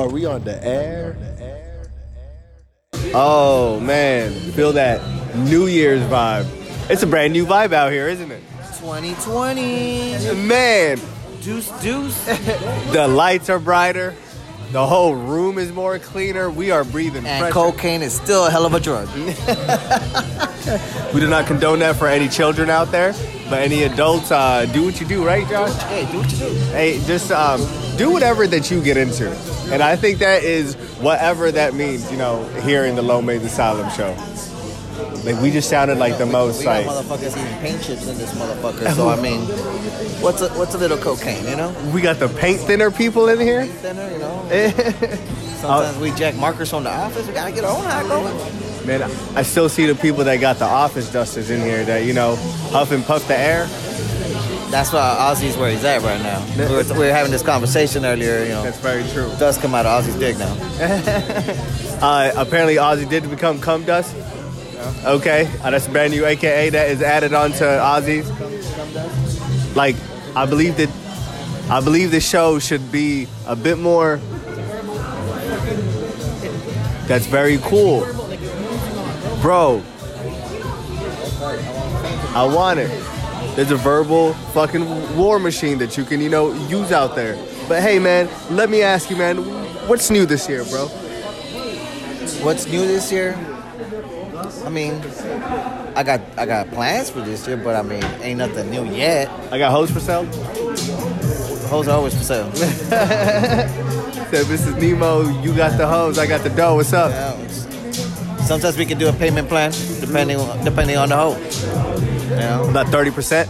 Are we on the air? Oh man, feel that New Year's vibe. It's a brand new vibe out here, isn't it? 2020. Man, Deuce, deuce. the lights are brighter. The whole room is more cleaner. We are breathing and fresher. cocaine is still a hell of a drug. We do not condone that for any children out there, but any adults, uh, do what you do, right, Josh? hey, do what you do. Hey, just um, do whatever that you get into. And I think that is whatever that means, you know, here in the Low Maze Asylum show. Like, we just sounded like the most, We like, got motherfuckers eating paint chips in this motherfucker. So I mean, what's a what's a little cocaine, you know? we got the paint thinner people in here. Thinner, you know. Sometimes we jack markers from the office. We gotta get our own high going. Man, I still see the people that got the office dusters in here that, you know, huff and puff the air. That's why Ozzy's where he's at right now. We were, we were having this conversation earlier. You know, That's very true. dust come out of Ozzy's dick now. Uh, apparently, Ozzy did become cum dust. Okay, uh, that's a brand new AKA that is added on to Ozzy's. Like, I believe that, I believe the show should be a bit more. That's very cool, bro. I want it. There's a verbal fucking war machine that you can, you know, use out there. But hey, man, let me ask you, man, what's new this year, bro? What's new this year? I mean, I got I got plans for this year, but I mean, ain't nothing new yet. I got hoes for sale. Hoes are always for sale. Said, Mrs. Nemo, you got the hoes, I got the dough. What's up? Yeah, it's- Sometimes we can do a payment plan depending on, depending on the hoe. You know, About thirty percent.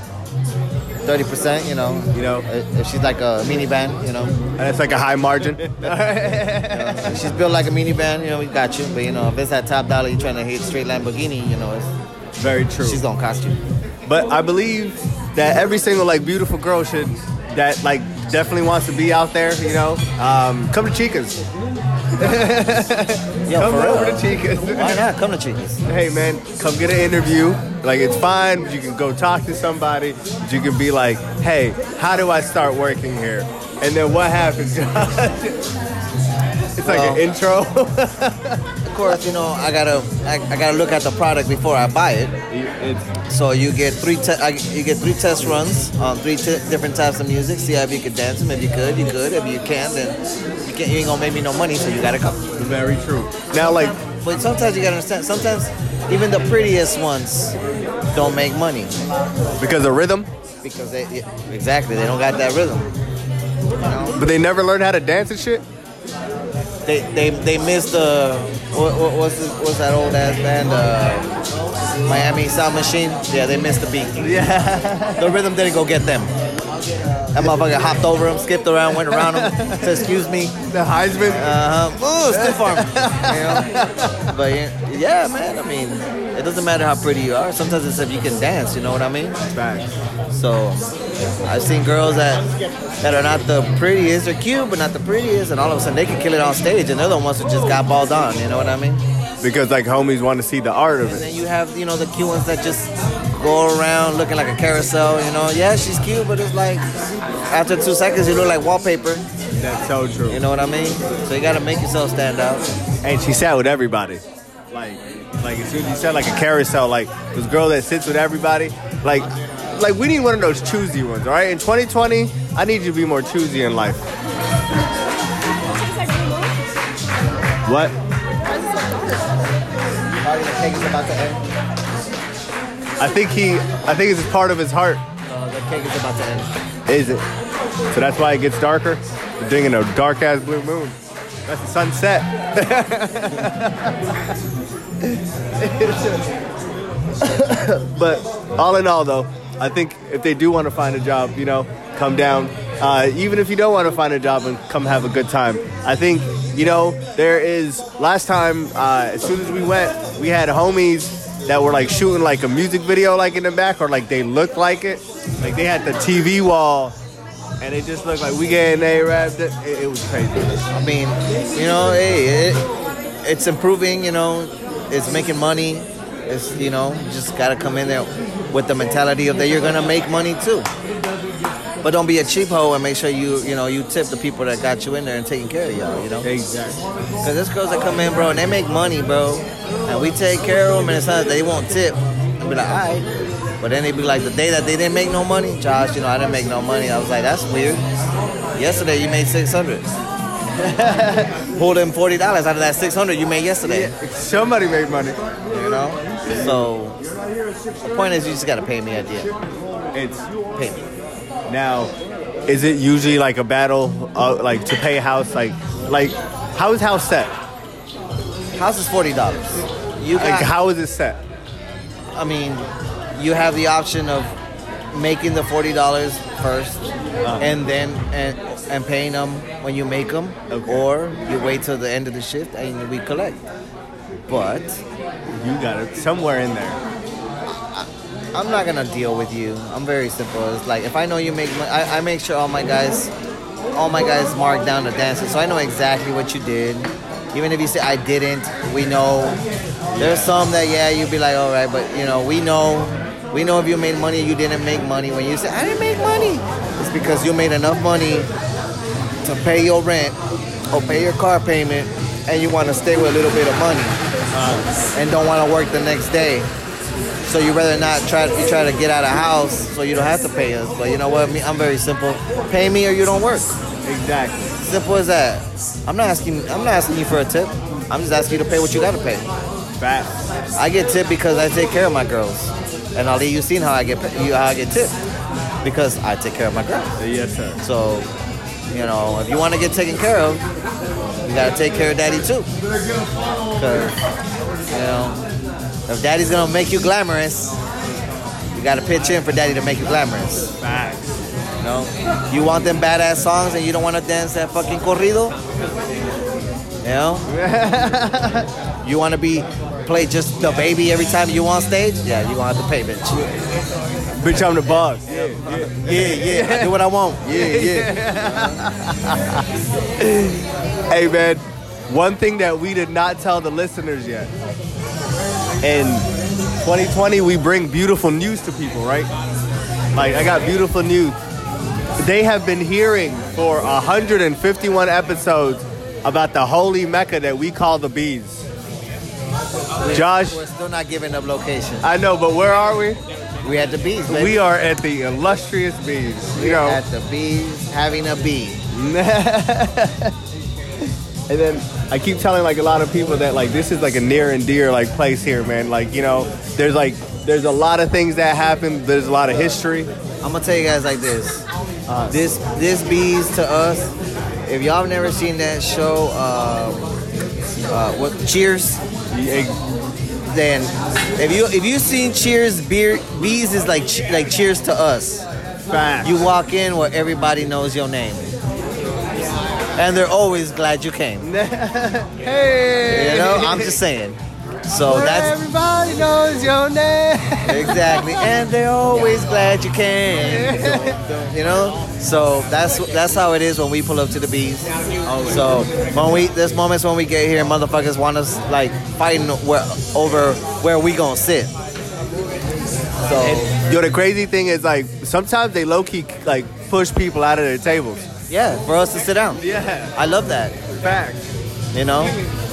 thirty percent. You know, You know. if if she's like a minivan, you know, That's like a high margin. if she's built like a minivan, you know, we got you. But you know, if it's that top dollar, you trying to hit straight Lamborghini, you know, it's, Very true. she's gonna cost you. But I believe that every single like beautiful girl should that like definitely wants to be out there. You know, um, come to Chica's. Yeah, Come for over to real. Why Chica's. not come to Chicas? hey man, come get an interview. Like it's fine. You can go talk to somebody. You can be like, hey, how do I start working here? And then what happens? it's like Well- an intro. Of course, you know, I gotta I, I gotta look at the product before I buy it. It's So you get three te- I, you get three test runs on three t- different types of music. See if you could dance them. If you could, you could. If you can't, then you can't. You ain't gonna make me no money, so you gotta come. very true. Now, like, But sometimes you gotta understand. Sometimes even the prettiest ones don't make money because of rhythm, because they exactly they don't got that rhythm. You know, but they never learned how to dance and shit. they they they miss the what, what, what's this, what's that old ass band uh, Miami Sound Machine? Yeah, they missed the beat. Yeah. The rhythm didn't go get them. That motherfucker hopped over him, skipped around, went around him, said, excuse me. The Heisman. Uh-huh. Ooh, stiff arm. You know? But yeah, yeah, man, I mean, it doesn't matter how pretty you are. Sometimes it's if you can dance, you know what I mean? Facts. So I've seen girls that that are not the prettiest. They're cute, but not the prettiest. And all of a sudden, they can kill it on stage. And they're the ones who just got balled on, you know what I mean? Because like homies want to see the art of And it. then you have, you know, the cute ones that just go around looking like a carousel, you know. Yeah, she's cute, but it's like after two seconds you look like wallpaper. That's so You true. know what I mean? So you gotta make yourself stand out. And she sat with everybody. Like, like as soon as you sat like a carousel, like this girl that sits with everybody, like. Like we need one of those choosy ones, all right? In 2020, I need you to be more choosy in life. What? about to end. I think he, I think it's part of his heart. Uh, the cake is about to end. Is it? So that's why it gets darker. We're digging a dark ass blue moon. That's the sunset. but all in all, though, I think if they do want to find a job, you know, come down. Uh, even if you don't want to find a job and come have a good time, I think you know there is. Last time, uh, as soon as we went, we had homies that were like shooting like a music video, like in the back, or like they looked like it. Like they had the TV wall, and it just looked like we getting a rap. It, it was crazy. I mean, you know, hey, it, it's improving. You know, it's making money. It's you know, you just gotta come in there with the mentality of that you're gonna make money too. But don't be a cheap hoe and make sure you you know you tip the people that got you in there and taking care of y'all. You know. Exactly. Cause there's girls that come in, bro, and they make money, bro, and we take care of them, and it's not that they won't tip. I be like, all right, but then they be like, the day that they didn't make no money, Josh, you know, I didn't make no money. I was like, that's weird. Yesterday you made six hundred. Pulled in forty dollars out of that six hundred you made yesterday. Yeah, somebody made money. You know, so the point is, you just gotta pay me at the end. It's Pay me. now. Is it usually like a battle, uh, like to pay house? Like, like how is house set? House is forty dollars. You got, Like how is it set? I mean, you have the option of making the forty dollars 1st and then and and paying them when you make them, Okay. or you wait till the end of the shift and we collect. But You got it somewhere in there. I'm not gonna deal with you. I'm very simple. It's like if I know you make, mo- I, I make sure all my guys, all my guys mark down the dances, so I know exactly what you did. Even if you say I didn't, we know. There's some that yeah, you'd be like, all right, but you know, we know, we know if you made money, you didn't make money. When you say I didn't make money, it's because you made enough money to pay your rent or pay your car payment, and you want to stay with a little bit of money and don't want to work the next day. So you rather not try. You try to get out of house, so you don't have to pay us. But you know what? Me, I'm very simple. Pay me or you don't work. Exactly. Simple as that. I'm not asking. I'm not asking you for a tip. I'm just asking you to pay what you gotta pay. Facts. I get tipped because I take care of my girls, and Ali, you seen how I get pa- you how I get tipped because I take care of my girls. Yes, sir. So, you know, if you want to get taken care of, you gotta take care of daddy too. 'Cause, you know, if daddy's gonna make you glamorous, you gotta pitch in for daddy to make you glamorous. Facts. You know, you want them badass songs and you don't want to dance that fucking corrido. You know, you want to be play just the baby every time you on stage. Yeah, you gonna have to pay, bitch. Bitch, I'm the boss. Yeah, yeah, I do what I want. Yeah, yeah. Hey man, one thing that we did not tell the listeners yet. In 2020, we bring beautiful news to people, right? Like I got beautiful news. They have been hearing for 151 episodes about the holy mecca that we call the bees. Josh, We're still not giving up location. I know, but where are we? We had the bees, baby. We are at the illustrious bees. You know, at the bees having a bee. And then I keep telling like a lot of people that like this is like a near and dear like place here, man. Like you know, there's like there's a lot of things that happen. There's a lot of history. I'm gonna tell you guys like this. this this bees to us. If y'all have never seen that show, uh, uh, what Cheers? Yeah, Then if you if you seen Cheers, beer bees is like che- like Cheers to us. Facts. You walk in where everybody knows your name, and they're always glad you came. hey, You know, I'm just saying. So that's everybody knows your name. exactly, and they're always glad you came. You know, so that's that's how it is when we pull up to the bees. So when we there's moments when we get here, motherfuckers want us like fighting where, over where we gonna sit. So Yo, the crazy thing is like sometimes they low key like push people out of their tables. yeah, for us to sit down. Yeah, I love that. facts. You know,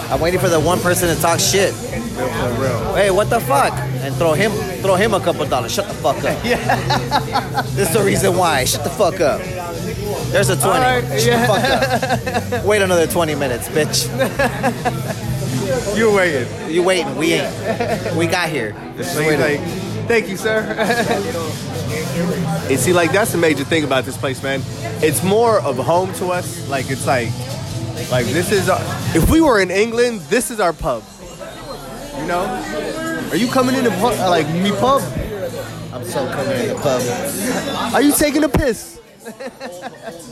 I'm waiting for the one person to talk shit. For real. Hey, what the fuck? And throw him throw him a couple dollars. Shut the fuck up. Yeah. This is the reason why. Shut the fuck up. There's a 20. All right, Shut yeah. the fuck up. Wait another 20 minutes, bitch. You're waiting. You waiting. We ain't. We got here. So he's like, thank you, sir. and see, like that's the major thing about this place, man. It's more of home to us. Like it's like, like this is. Our, if we were in England, this is our pub. You know? Are you coming in the pub? Like me pub? I'm so coming in the pub. Are you taking a piss?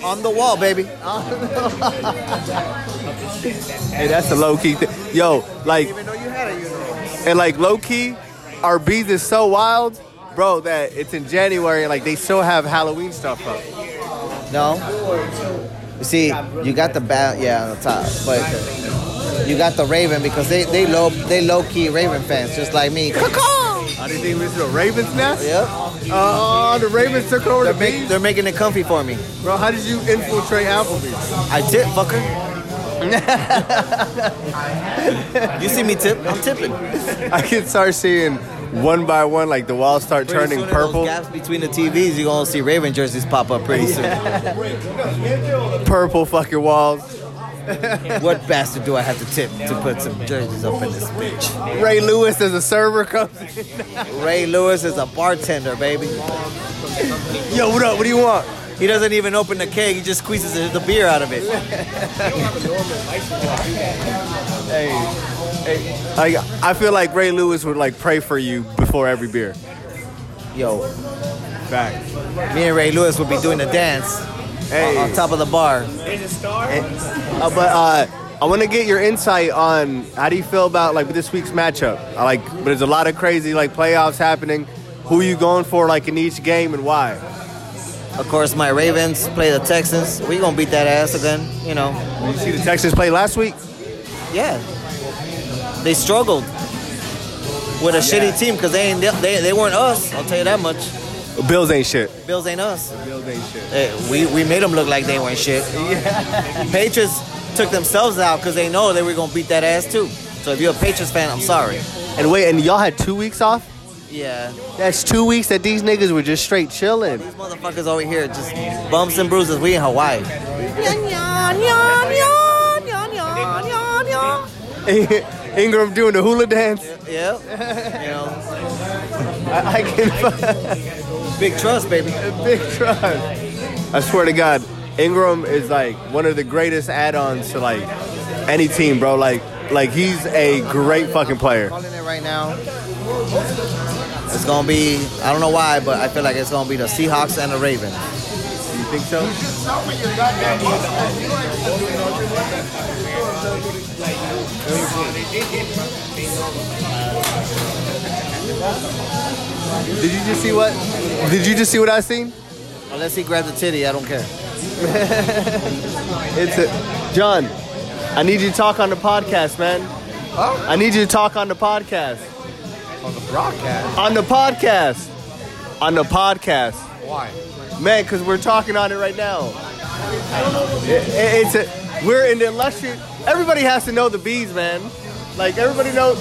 On the wall, baby. Hey, that's a low key thing. Yo, like, Even though you had a uniform. and like low key, our bees is so wild, bro, that it's in January and like they still have Halloween stuff up. No. You see, you got the bat, yeah, on the top, but you got the Raven because they they low they low key Raven fans, just like me. I didn't think this was a Ravens nest. Yep. Oh, the Ravens took over They're, the make, Bees. they're making it comfy for me. Bro, how did you infiltrate Applebee's? I tip, fucker. you see me tip? I'm tipping. I can start seeing one by one, like the walls start Pretty turning soon in purple. Those gaps between the TVs, you're gonna see Raven jerseys pop up pretty soon. Purple fucking walls. what bastard do I have to tip to put some jerseys up in this bitch? Ray Lewis as a server comes. Ray Lewis is a bartender, baby. Yo, what up? What do you want? He doesn't even open the keg; he just squeezes the beer out of it. Hey, hey. Like, I feel like Ray Lewis would like pray for you before every beer. Yo, Back. me and Ray Lewis will be doing the dance Hey. on top of the bar. Uh, but uh, I want to get your insight on how do you feel about like this week's matchup. I like, but there's a lot of crazy like playoffs happening. Who you going for like in each game and why? Of course, my Ravens play the Texans. We gonna beat that ass again, you know. Did you see the Texans play last week? Yeah, they struggled with a shitty team because they ain't they, they weren't us. I'll tell you that much. Bills ain't shit. Bills ain't us. Bills ain't shit. Eh, we, we made them look like they weren't shit. Patriots took themselves out because they know they were gonna beat that ass too. So if you're a Patriots fan, I'm sorry. And wait, and y'all had two weeks off. Yeah, That's two weeks that these niggas were just straight chilling. these motherfuckers over here just bumps and bruises. We in Hawaii. Ingram doing the hula dance. Yeah, you know, I, I can big trust, baby. big trust. I swear to God, Ingram is like one of the greatest add-ons to like any team, bro. Like, like he's a great fucking player. Calling it right now. It's gonna be. I don't know why, but I feel like it's gonna be the Seahawks and the Ravens. You think so? Did you just see what? Did you just see what I seen? Unless he grabs a titty, I don't care. It's a, John. I need you to talk on the podcast, man. I need you to talk on the podcast. On the broadcast? On the podcast. On the podcast, Why? man. Because we're talking on it right now. It- it- it's a, we're in the illustrious. Everybody has to know the bees, man. Like everybody knows.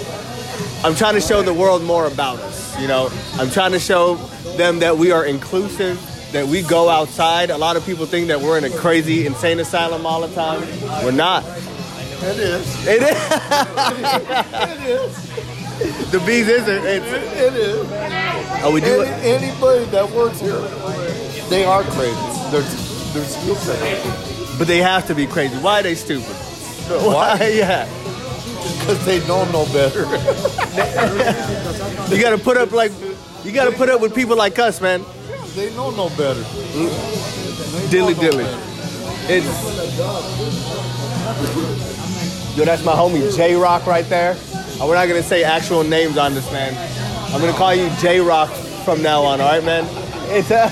I'm trying to show the world more about us. You know, I'm trying to show them that we are inclusive. That we go outside. A lot of people think that we're in a crazy, insane asylum all the time. We're not. It is. It is. It is. The bees isn't. It's, It is. oh, we do Any, it. anybody that works here, they are crazy. They're, they're stupid But they have to be crazy. Why are they stupid? Why? yeah. because they don't know better. You gotta put up like you gotta put up with people like us, man. they know no better. Dilly dilly. It's Yo, that's my homie J Rock right there. Uh, We're not gonna say actual names on this, man. I'm gonna call you J Rock from now on, all right, man. It's uh,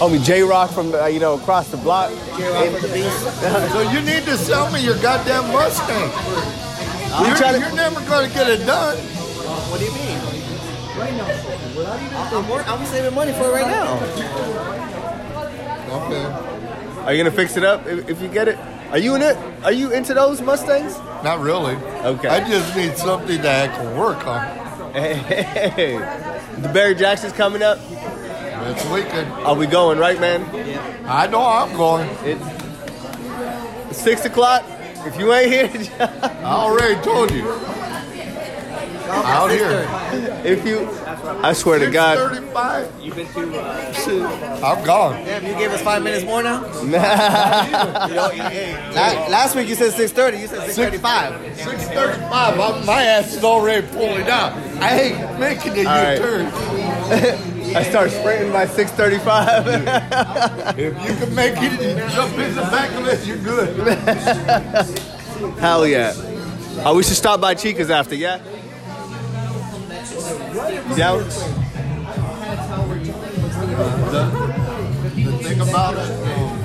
homie J Rock from uh, you know across the block. So you need to sell me your goddamn Mustang. We You're, try to- you're never going to get it done. What do you mean? I'm, wor- I'm saving money for it right now. Okay. Are you gonna fix it up if, if you get it? Are you in it? Are you into those Mustangs? Not really. Okay. I just need something that I can work on. Hey, the Barry Jackson's coming up. It's weekend. Are we going right, man? I know I'm going. It's six o'clock. If you ain't here, I already told you. Out here. if you, I swear to God, 35. You've been too. I'm gone. Damn, you gave us five minutes more now. nah. La- last week you said 6:30. You said 6:35. 635. I'm- My ass is already pulling out. I hate making the right. U-turn. I start sprinting by six thirty-five. If you can make it, you jump in the back of it, you're good. Hell yeah! Oh, we should stop by Chica's after, yeah? You down? The thing about it, um,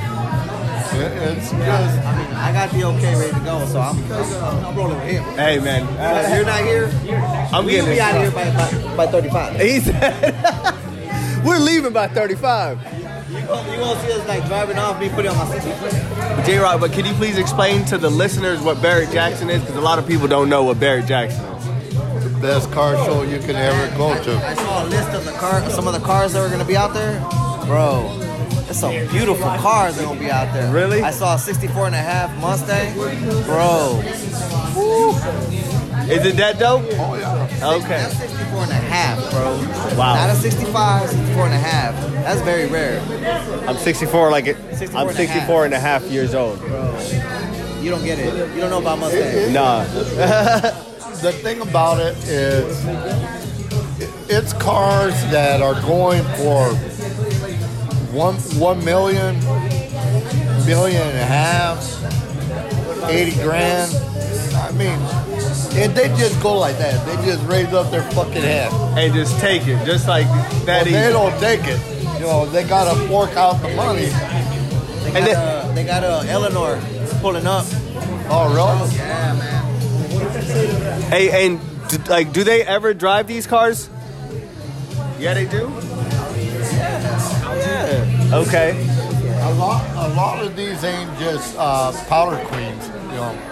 it- it's just I mean, I got the okay ready to go, so I'm, I'm, I'm rolling with him. Hey man, If you're not here, I'm we'll getting be this out of here by, by, by 35. He said, We're leaving by 35. You won't, you won't see us like driving off me putting on my city. J Rock, but can you please explain to the listeners what Barrett Jackson is? Because a lot of people don't know what Barrett Jackson is. Best car show you can ever go to. I saw a list of the car, some of the cars that were gonna be out there, bro. It's some beautiful cars that will be out there. Really? I saw a 64 and a half Mustang, bro. Is it that dope? Oh yeah. Okay. That's 64 and a half, bro. Wow. Not a 65, 64 and a half. That's very rare. I'm 64, like it. 64 and I'm a 64 and a half years old. You don't get it. You don't know about Mustang. Nah. The thing about it is, it's cars that are going for one one million, million and a half, eighty grand. I mean, and they just go like that. They just raise up their fucking head. And just take it, just like that Well, they easy. don't take it. You know, they gotta fork out the money. They And got, uh, they got uh, Eleanor pulling up. Oh, really? Yeah, man. Hey, and d- like, do they ever drive these cars? Yeah, they do. Yeah. Okay. A lot, a lot of these ain't just uh, powder queens, you know.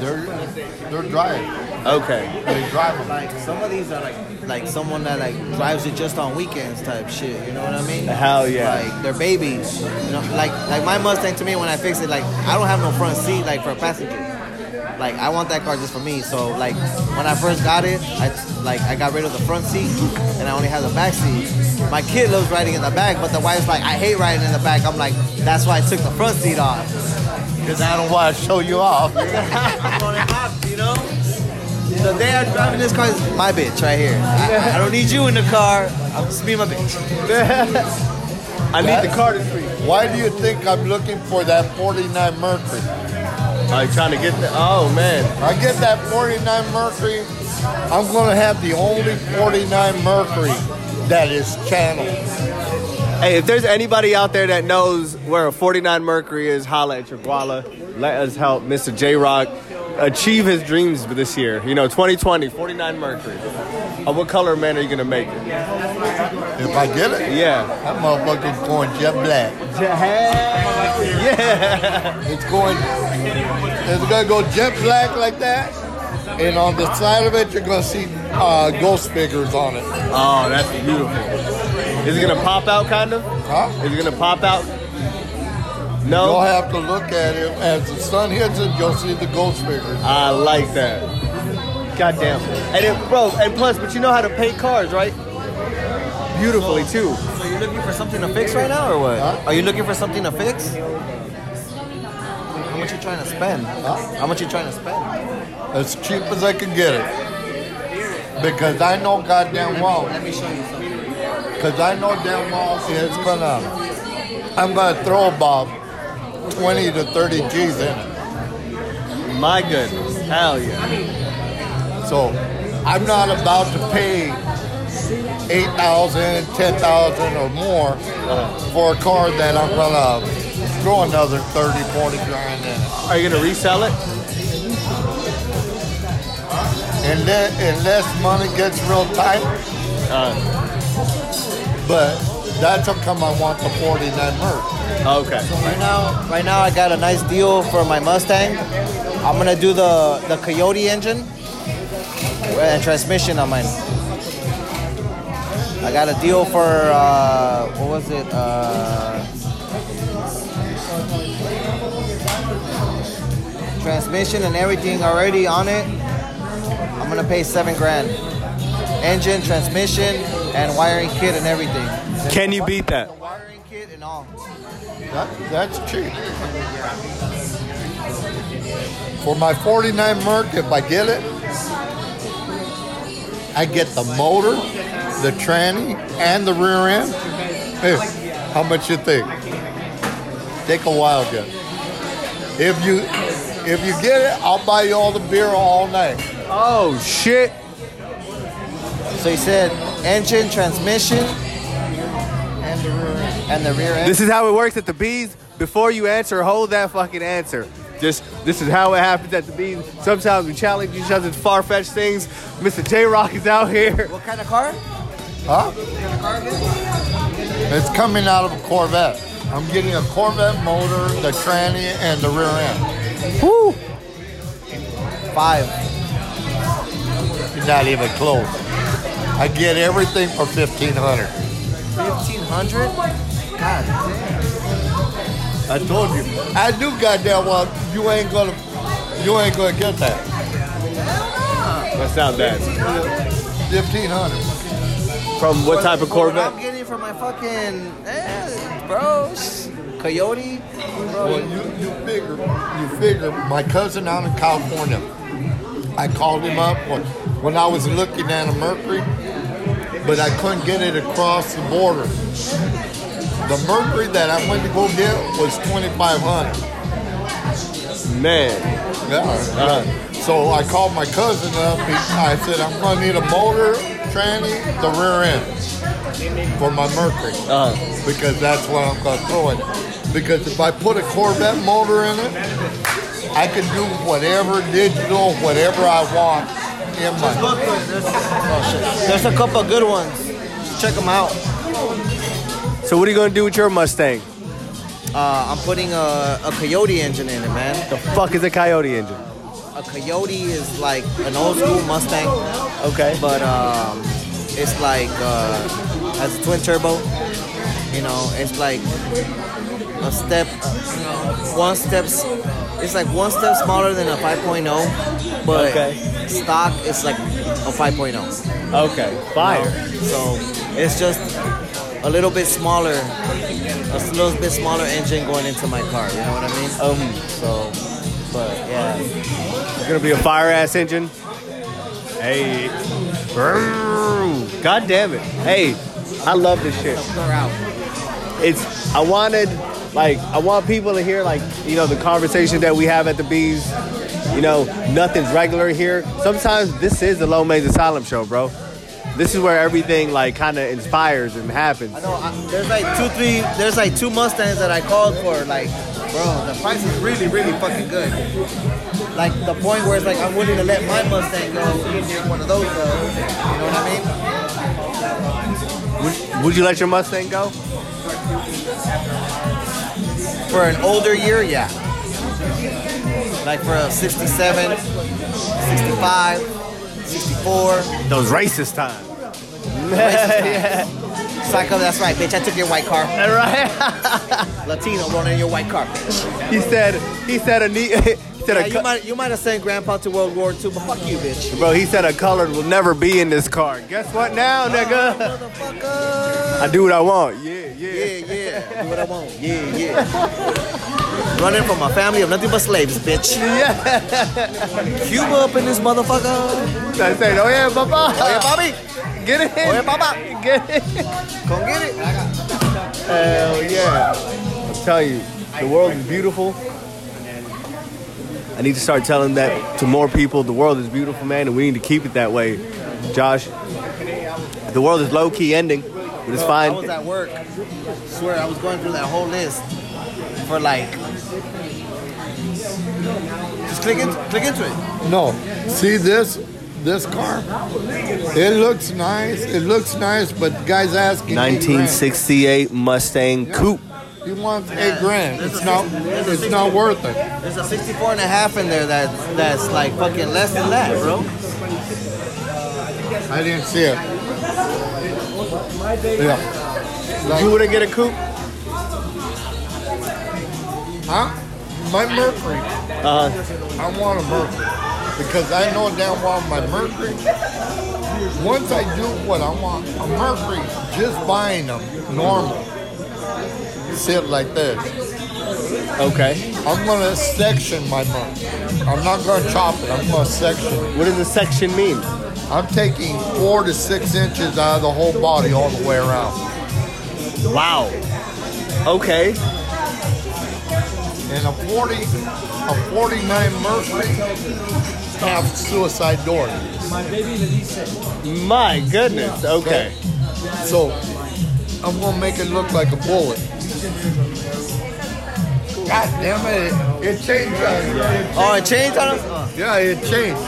They're they're dry. Okay. They drive them. Like some of these are like like someone that like drives it just on weekends type shit. You know what I mean? Hell yeah. Like they're babies. You know, like like my Mustang to me when I fix it, like I don't have no front seat like for a passenger. Like I want that car just for me. So like when I first got it, I like I got rid of the front seat and I only have the back seat. My kid loves riding in the back, but the wife's like, I hate riding in the back. I'm like, that's why I took the front seat off. Cause I don't want to show you off. I'm on it off, you know? The day I'm driving this car is my bitch right here. I, I don't need you in the car. I'm just be my bitch. I need the car this week. Why do you think I'm looking for that 49 Mercury? Like trying to get the. Oh man. I get that 49 Mercury, I'm gonna have the only 49 Mercury that is channeled. Hey, if there's anybody out there that knows where a 49 Mercury is, holla at your guala. Let us help Mr. J Rock achieve his dreams this year. You know, 2020, 49 Mercury. Of what color man are you gonna make it? If I get it, Yeah. that motherfucker's going jet black. Yeah. It's going. It's gonna go jet black like that, and on the side of it, you're gonna see uh, ghost figures on it. Oh, that's beautiful. Is it gonna pop out, kind of? Huh? Is it gonna pop out? You'll No. have to look at it as the sun hits it. You'll see the ghost figures. I like that. Goddamn. And it, bro, and plus, but you know how to paint cars, right? Beautifully too. So you're looking for something to fix right now or what? Huh? Are you looking for something to fix? How much you trying to spend? How much you trying to spend? As cheap as I can get it, because I know goddamn well. Let me show you something. Because I know damn well it's gonna. I'm gonna throw about 20 to 30 G's in it. My goodness. Hell yeah. So I'm not about to pay eight thousand, ten thousand, or more for a car that I'm gonna throw another 30, 40 grand in. Are you gonna resell it? And then unless money gets real tight, Uh, but that's how come I want the 49 Merc. okay. Right now, right now I got a nice deal for my Mustang. I'm gonna do the the Coyote engine and transmission on mine. I got a deal for uh, what was it? Uh, transmission and everything already on it. I'm gonna pay seven grand. Engine, transmission, and wiring kit and everything. Can you beat that? Wiring kit and all. That, that's cheap. For my 49 Merc, if I get it, I get the motor, the tranny, and the rear end. Hey, how much you think? Take a wild guess. If you if you get it, I'll buy you all the beer all night. Oh shit. So you said engine, transmission, and the rear end. This is how it works at the bees. Before you answer, hold that fucking answer. Just this is how it happens at the bees. Sometimes we challenge each other to far-fetched things. Mr. J Rock is out here. what kind of car? Huh? It's coming out of a Corvette. I'm getting a Corvette motor, the tranny, and the rear end. Woo! Five. You're not even close. I get everything for fifteen hundred. 1500? God damn. I told you. I knew goddamn well you ain't gonna you ain't gonna get that. That's not bad. Fifteen hundred. From what type of For what I'm Corvette? getting from my fucking. Eh, bro. sh- Coyote? Well you, you figure you figure my cousin out in California. I called him up when, when I was looking at a Mercury, but I couldn't get it across the border. The Mercury that I went to go get was twenty five hundred. Man, Yeah. yeah. So I called my cousin up. He, I said, I'm going to need a motor, tranny, the rear end for my Mercury uh, because that's what I'm going to throw in it. Because if I put a Corvette motor in it, I can do whatever digital, whatever I want in my. Look, look, there's, oh, shit. there's a couple good ones. Check them out. so what are you gonna do with your Mustang? Uh, I'm putting a, a Coyote engine in it, man. The fuck is a Coyote engine? A Coyote is like an old school Mustang. Okay. but um, it's like uh, as a twin turbo. You know, it's like a step, one steps. It's like one step smaller than a 5.0, but Okay. stock is like a 5.0. Okay. Fire. So it's just a little bit smaller, a little bit smaller engine going into my car. You know what I mean? Um, So, but yeah, It's gonna be a fire ass engine. Hey. Brrr. God damn it. Hey, I love this shit. we're out. It's I wanted like I want people to hear like you know the conversation that we have at the bees. You know, nothing's regular here. Sometimes this is the Low Maze Asylum show, bro. This is where everything like kind of inspires and happens. I know. I, there's like two, three. There's like two Mustangs that I called for. Like, bro, the price is really, really fucking good. Like the point where it's like I'm willing to let my Mustang go if there's one of those. Though. You know what I mean? Would, would you let your Mustang go? For an older year, yeah. Like for a 67, 65, 64. Those racist times. Yeah. Psycho, that's right, bitch. I took your white car. Right. Latino rolling in your white car. he said. He said a knee. He said Yeah, a. you cu- might you might have sent Grandpa to World War II, but fuck you, bitch. Bro, he said a colored will never be in this car. Guess what now, nigga? Motherfucker. I do what I want. Yeah, yeah. Yeah, yeah. Do what I want. Yeah, yeah. Running from a family of nothing but slaves, bitch. Yeah. Cuba up in this motherfucker. I said, oh yeah, papa. Oye, papi. Get in. Oye, papa. Get in. Come get it. Hell yeah. I'm telling you, the world is beautiful. I need to start telling that to more people. The world is beautiful, man, and we need to keep it that way. Josh, the world is low key ending, but it's I fine. was at work. Swear, I was going through that whole list for like. Just click, in, click into it. No. See this? This car? It looks nice. It looks nice, but the guy's asking. eight grand. 1968 Mustang Coupe. He wants eight grand. There's It's a not. six- there's a It's six- not worth it. There's a 64 and a half in there that, that's like fucking less than that, bro. I didn't see it. Yeah. You wouldn't get a coupe? Huh? My Mercury. Uh, I want a Mercury because I know damn well my Mercury. Once I do what I want, a Mercury, just buying them normal. Sit like this. okay. I'm gonna section my Mercury. I'm not gonna chop it. I'm gonna section. it. What does a section mean? I'm taking four to six inches out of the whole body all the way around. Wow. Okay. and a 40, a 49 Mercury have suicide door. My goodness. Okay. So I'm gonna make it look like a bullet. God damn it! It changed. uh, Oh, it changed on us? it- yeah, it changed.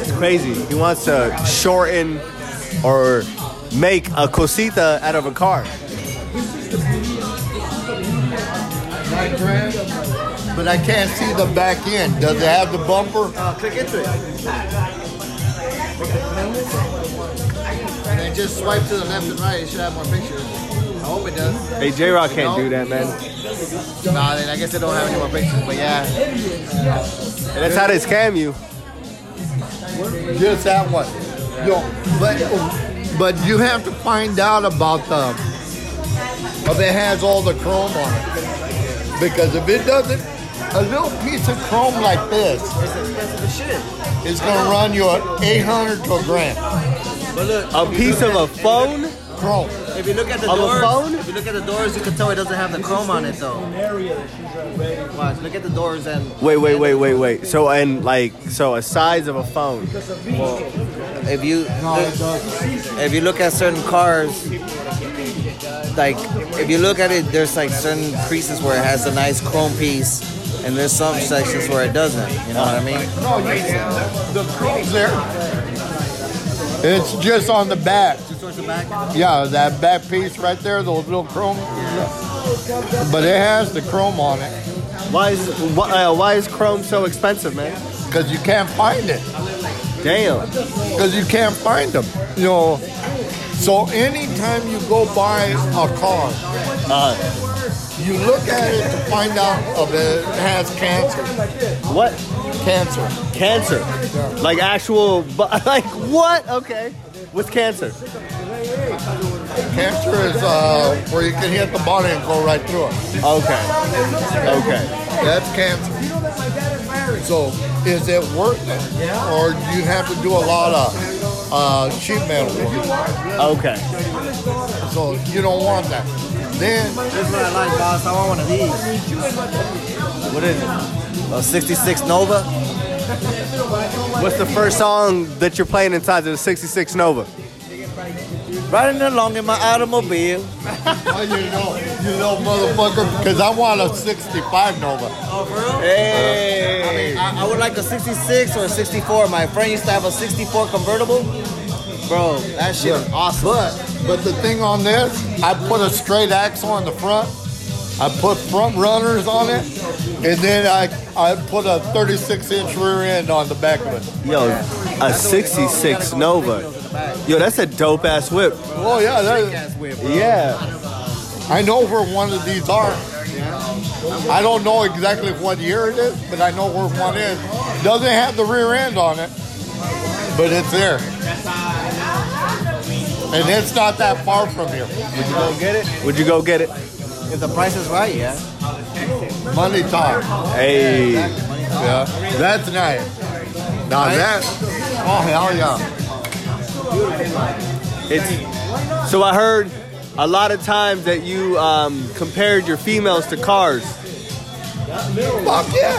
It's crazy. He wants to shorten or make a cosita out of a car. But I can't see the back end. Does it have the bumper? Uh, click into it. And then just swipe to the left and right. It should have more pictures. I hope it does. Hey, J Rock can't do that, man. Nah, then I guess they don't have any more pictures. But yeah, And that's how they scam you. Just that one. No, but but you have to find out about the if it has all the chrome on it. Because if it doesn't, a little piece of chrome like this It's expensive as shit. is gonna run you at 800 to a grand. But look, A piece of a phone? Chrome. If you look at the Of a doors, phone? if you look at the doors, you can tell it doesn't have the chrome on it though. Watch, look at the doors and Wait, wait, wait, wait, wait. So and like so a size of a phone. if you look, if you look at certain cars, like if you look at it, there's like certain creases where it has a nice chrome piece, and there's some sections where it doesn't. You know what I mean? No, you, the chrome's there. It's just on the back. Yeah, that back piece right there, the little chrome. But it has the chrome on it Why is why, uh, why is Chrome so expensive, man? because you can't find it. Damn. because you can't find them. You know, so anytime you go buy a car, Uh, you look at it to find out if it has cancer. What? Cancer. Cancer. Like actual bu- like what? Okay. What's cancer? Cancer is uh, where you can hit the body and go right through it. Okay. Okay. That's cancer. So is it worth it, or do you have to do a lot of uh, sheet metal work? Okay. So you don't want that. Then This is what I like, boss. I want one of these. What is it? A '66 Nova. What's the first song that you're playing inside the 66 Nova? Riding along in my automobile. How you know, you little motherfucker? Because I want a 65 Nova. Oh, bro. Hey. I, I would like a 66 or a 64. My friend used to have a 64 convertible. Bro, that shit is awesome. But but the thing on this, I put a straight axle on the front. I put front runners on it, and then I I put a 36 inch rear end on the back of it. Yo, a 66 Nova. Yo, that's a dope ass whip. Oh yeah, that, Yeah. I know where one of these are. I don't know exactly what year it is, but I know where one is. Doesn't have the rear end on it, but it's there. And it's not that far from here. Would you go get it? Would you go get it? If the price is right, yeah. Money talk. Hey. Yeah. That's nice. Now that. Oh, hell yeah. It's so I heard a lot of times that you um, compared your females to cars. Fuck yeah.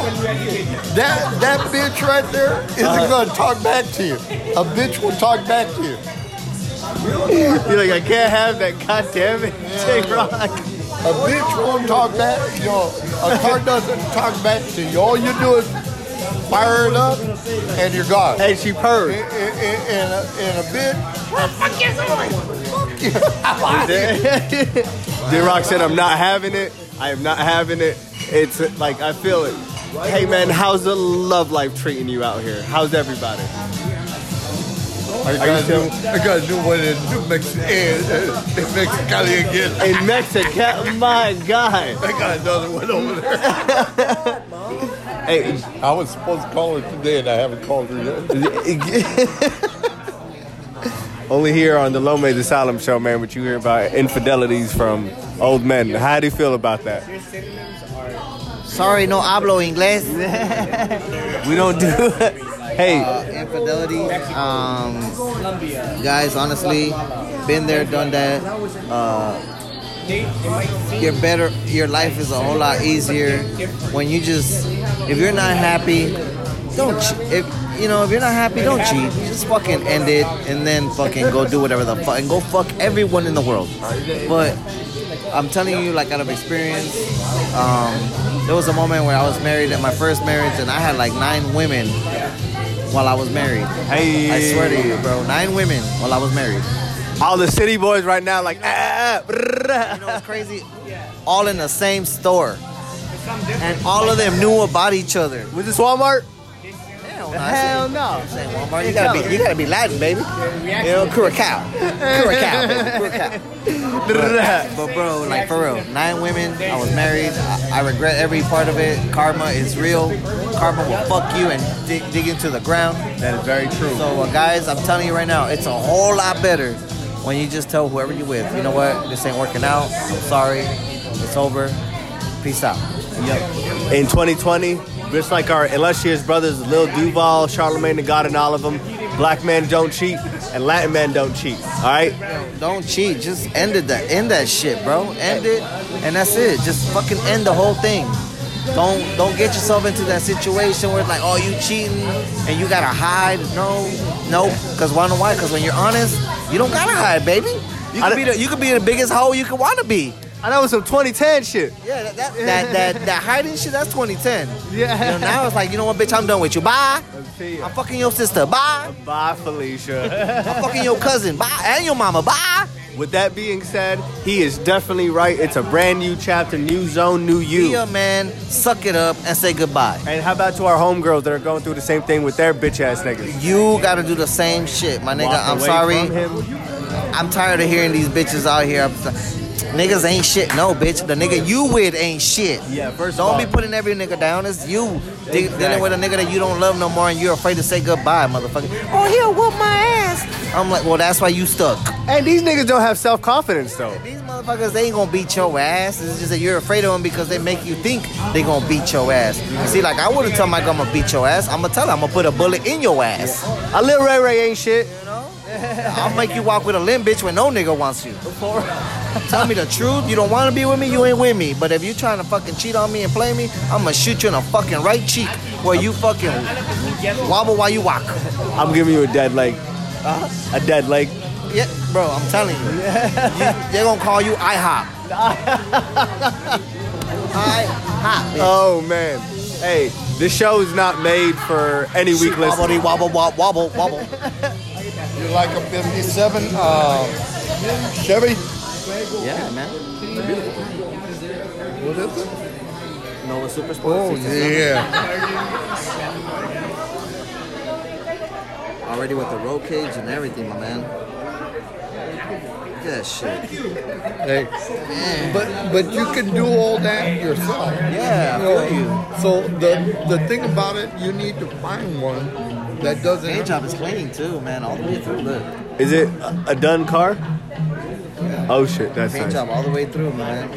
That, that bitch right there isn't going to talk back to you. A bitch will talk back to you. You're like, I can't have that. God damn it, J Rock. A bitch won't talk back. Yo, a car doesn't talk back to you. All you do is fire it up, and you're gone. Hey, she And, purred. and, and, a, and a bitch, J Rock said, I'm not having it. I am not having it. It's like I feel it. Hey man, how's the love life treating you out here? How's everybody? I gotta do, I gotta do what it do Mexican, it makes Cali again. In Mexico, my God. I got another one over there. Hey, I was supposed to call her today, and I haven't called her yet. Only here on the Lomaze Asylum show, man, what you hear about infidelities from old men. How do you feel about that? Sorry, no hablo inglés. We don't do Hey, Uh, infidelity. Um, guys, honestly, been there, done that. Uh, you're better. Your life is a whole lot easier when you just. If you're not happy, don't. Che- if you know, if you're not happy, don't cheat. Just fucking end it, and then fucking go do whatever the fuck, and go fuck everyone in the world. But I'm telling you, like out of experience, um, there was a moment where I was married at my first marriage, and I had like nine women while I was married. Hey, I swear to you, bro. Nine women while I was married. All the city boys right now, like ah, ah, brrr. You know what's crazy? All in the same store. And all of them knew about each other. was this Walmart? Hell no. Hell no. Walmart, you gotta be you gotta be Latin, baby. You know, Curacao. Curacao, baby. Curacao. Brrr. But bro, like for real, nine women. I was married. I, I regret every part of it. Karma is real. Karma will fuck you and dig, dig into the ground. That is very true. So, uh, guys, I'm telling you right now, it's a whole lot better when you just tell whoever you with, you know what, this ain't working out. I'm sorry. It's over. Peace out. in 2020, just like our illustrious brothers, Lil Duval, Charlemagne the God, and all of them, black men don't cheat and Latin men don't cheat. All right? Don't cheat. Just end it. That end that shit, bro. End it, and that's it. Just fucking end the whole thing. Don't don't get yourself into that situation where it's like, oh, you cheating and you gotta hide. No, no, because why? Know why? Because when you're honest, you don't gotta hide, baby. You I could be don't- the, you could be the biggest hoe you could wanna be. I know it's some 2010 shit. Yeah, that that, that, that that hiding shit. That's 2010. You know, Yeah. now it's like, you know what, bitch? I'm done with you. Bye. I'm fucking your sister. Bye. Bye, Felicia. I'm fucking your cousin. Bye. And your mama. Bye. With that being said, he is definitely right. It's a brand new chapter, new zone, new you. Be a man. Suck it up and say goodbye. And how about to our homegirls that are going through the same thing with their bitch ass niggas? You gotta do the same shit, my nigga. Walk I'm away from sorry. him. I'm tired of hearing these bitches out here. I'm so- Niggas ain't shit. No, bitch. The nigga you with ain't shit. Yeah, first Don't of be all- putting every nigga down. It's you de- Exactly. dealing with a nigga that you don't love no more, and you're afraid to say goodbye, motherfucker. Oh, he'll whoop my ass. I'm like, well, that's why you stuck. And these niggas don't have self confidence though. These motherfuckers, they ain't gonna beat your ass. It's just that you're afraid of them because they make you think they gonna beat your ass. You see, like I wouldn't tell my girl I'm gonna beat your ass. I'm gonna tell her I'm gonna put a bullet in your ass. A little Ray Ray ain't shit. I'll make you walk with a limp bitch when no nigga wants you. Tell me the truth. You don't want to be with me, you ain't with me. But if you trying to fucking cheat on me and play me, I'm gonna shoot you in the fucking right cheek where you fucking wobble while you walk. I'm giving you a dead leg. Uh-huh. A dead leg. Yeah, bro, I'm telling you. you they're gonna call you IHOP. IHOP. bitch. Oh man. Hey, this show is not made for any weak listener. Wobble, wobble, wobble, wobble, wobble. You like a 57 uh, Chevy? Yeah, man. What is it? Nova Super Oh, Sports. yeah. Already with the roll cage and everything, my man. Look at that shit. Hey, But but you can do all that yourself. Yeah, I know, feel you. So the the thing about it, you need to find one that doesn't. Hand job is clean too, man, all the way through. Look, Is it a a done car? Oh shit, that's hand nice. job all the way through, man.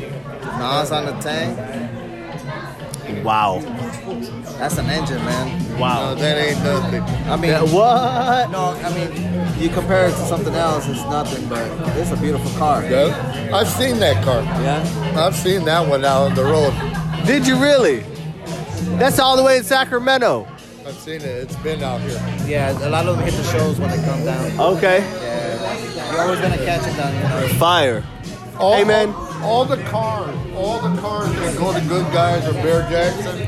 Nas on the tank. Wow. That's an engine, man. No, Wow. uh, that ain't nothing. I mean, Yeah, what? no, I mean, you compare it to something else, it's nothing, but it's a beautiful car. Yeah. Yeah. I've seen that car. I've seen that one out on the road. Did you really? That's all the way in Sacramento. I've seen it. It's been out here. Yeah, a lot of them hit the shows when they come down. Okay. Yeah, you're always gonna catch it down here. Fire. All, Hey, man. All, all the cars, all the cars that go to Good Guys or Bear Jackson.